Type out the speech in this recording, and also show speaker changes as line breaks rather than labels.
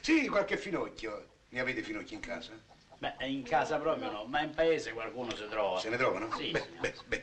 sì, qualche finocchio. Ne avete finocchi in casa?
Beh, in casa proprio no, ma in paese qualcuno si trova.
Se ne trovano?
Sì,
Beh,
signor.
beh, beh.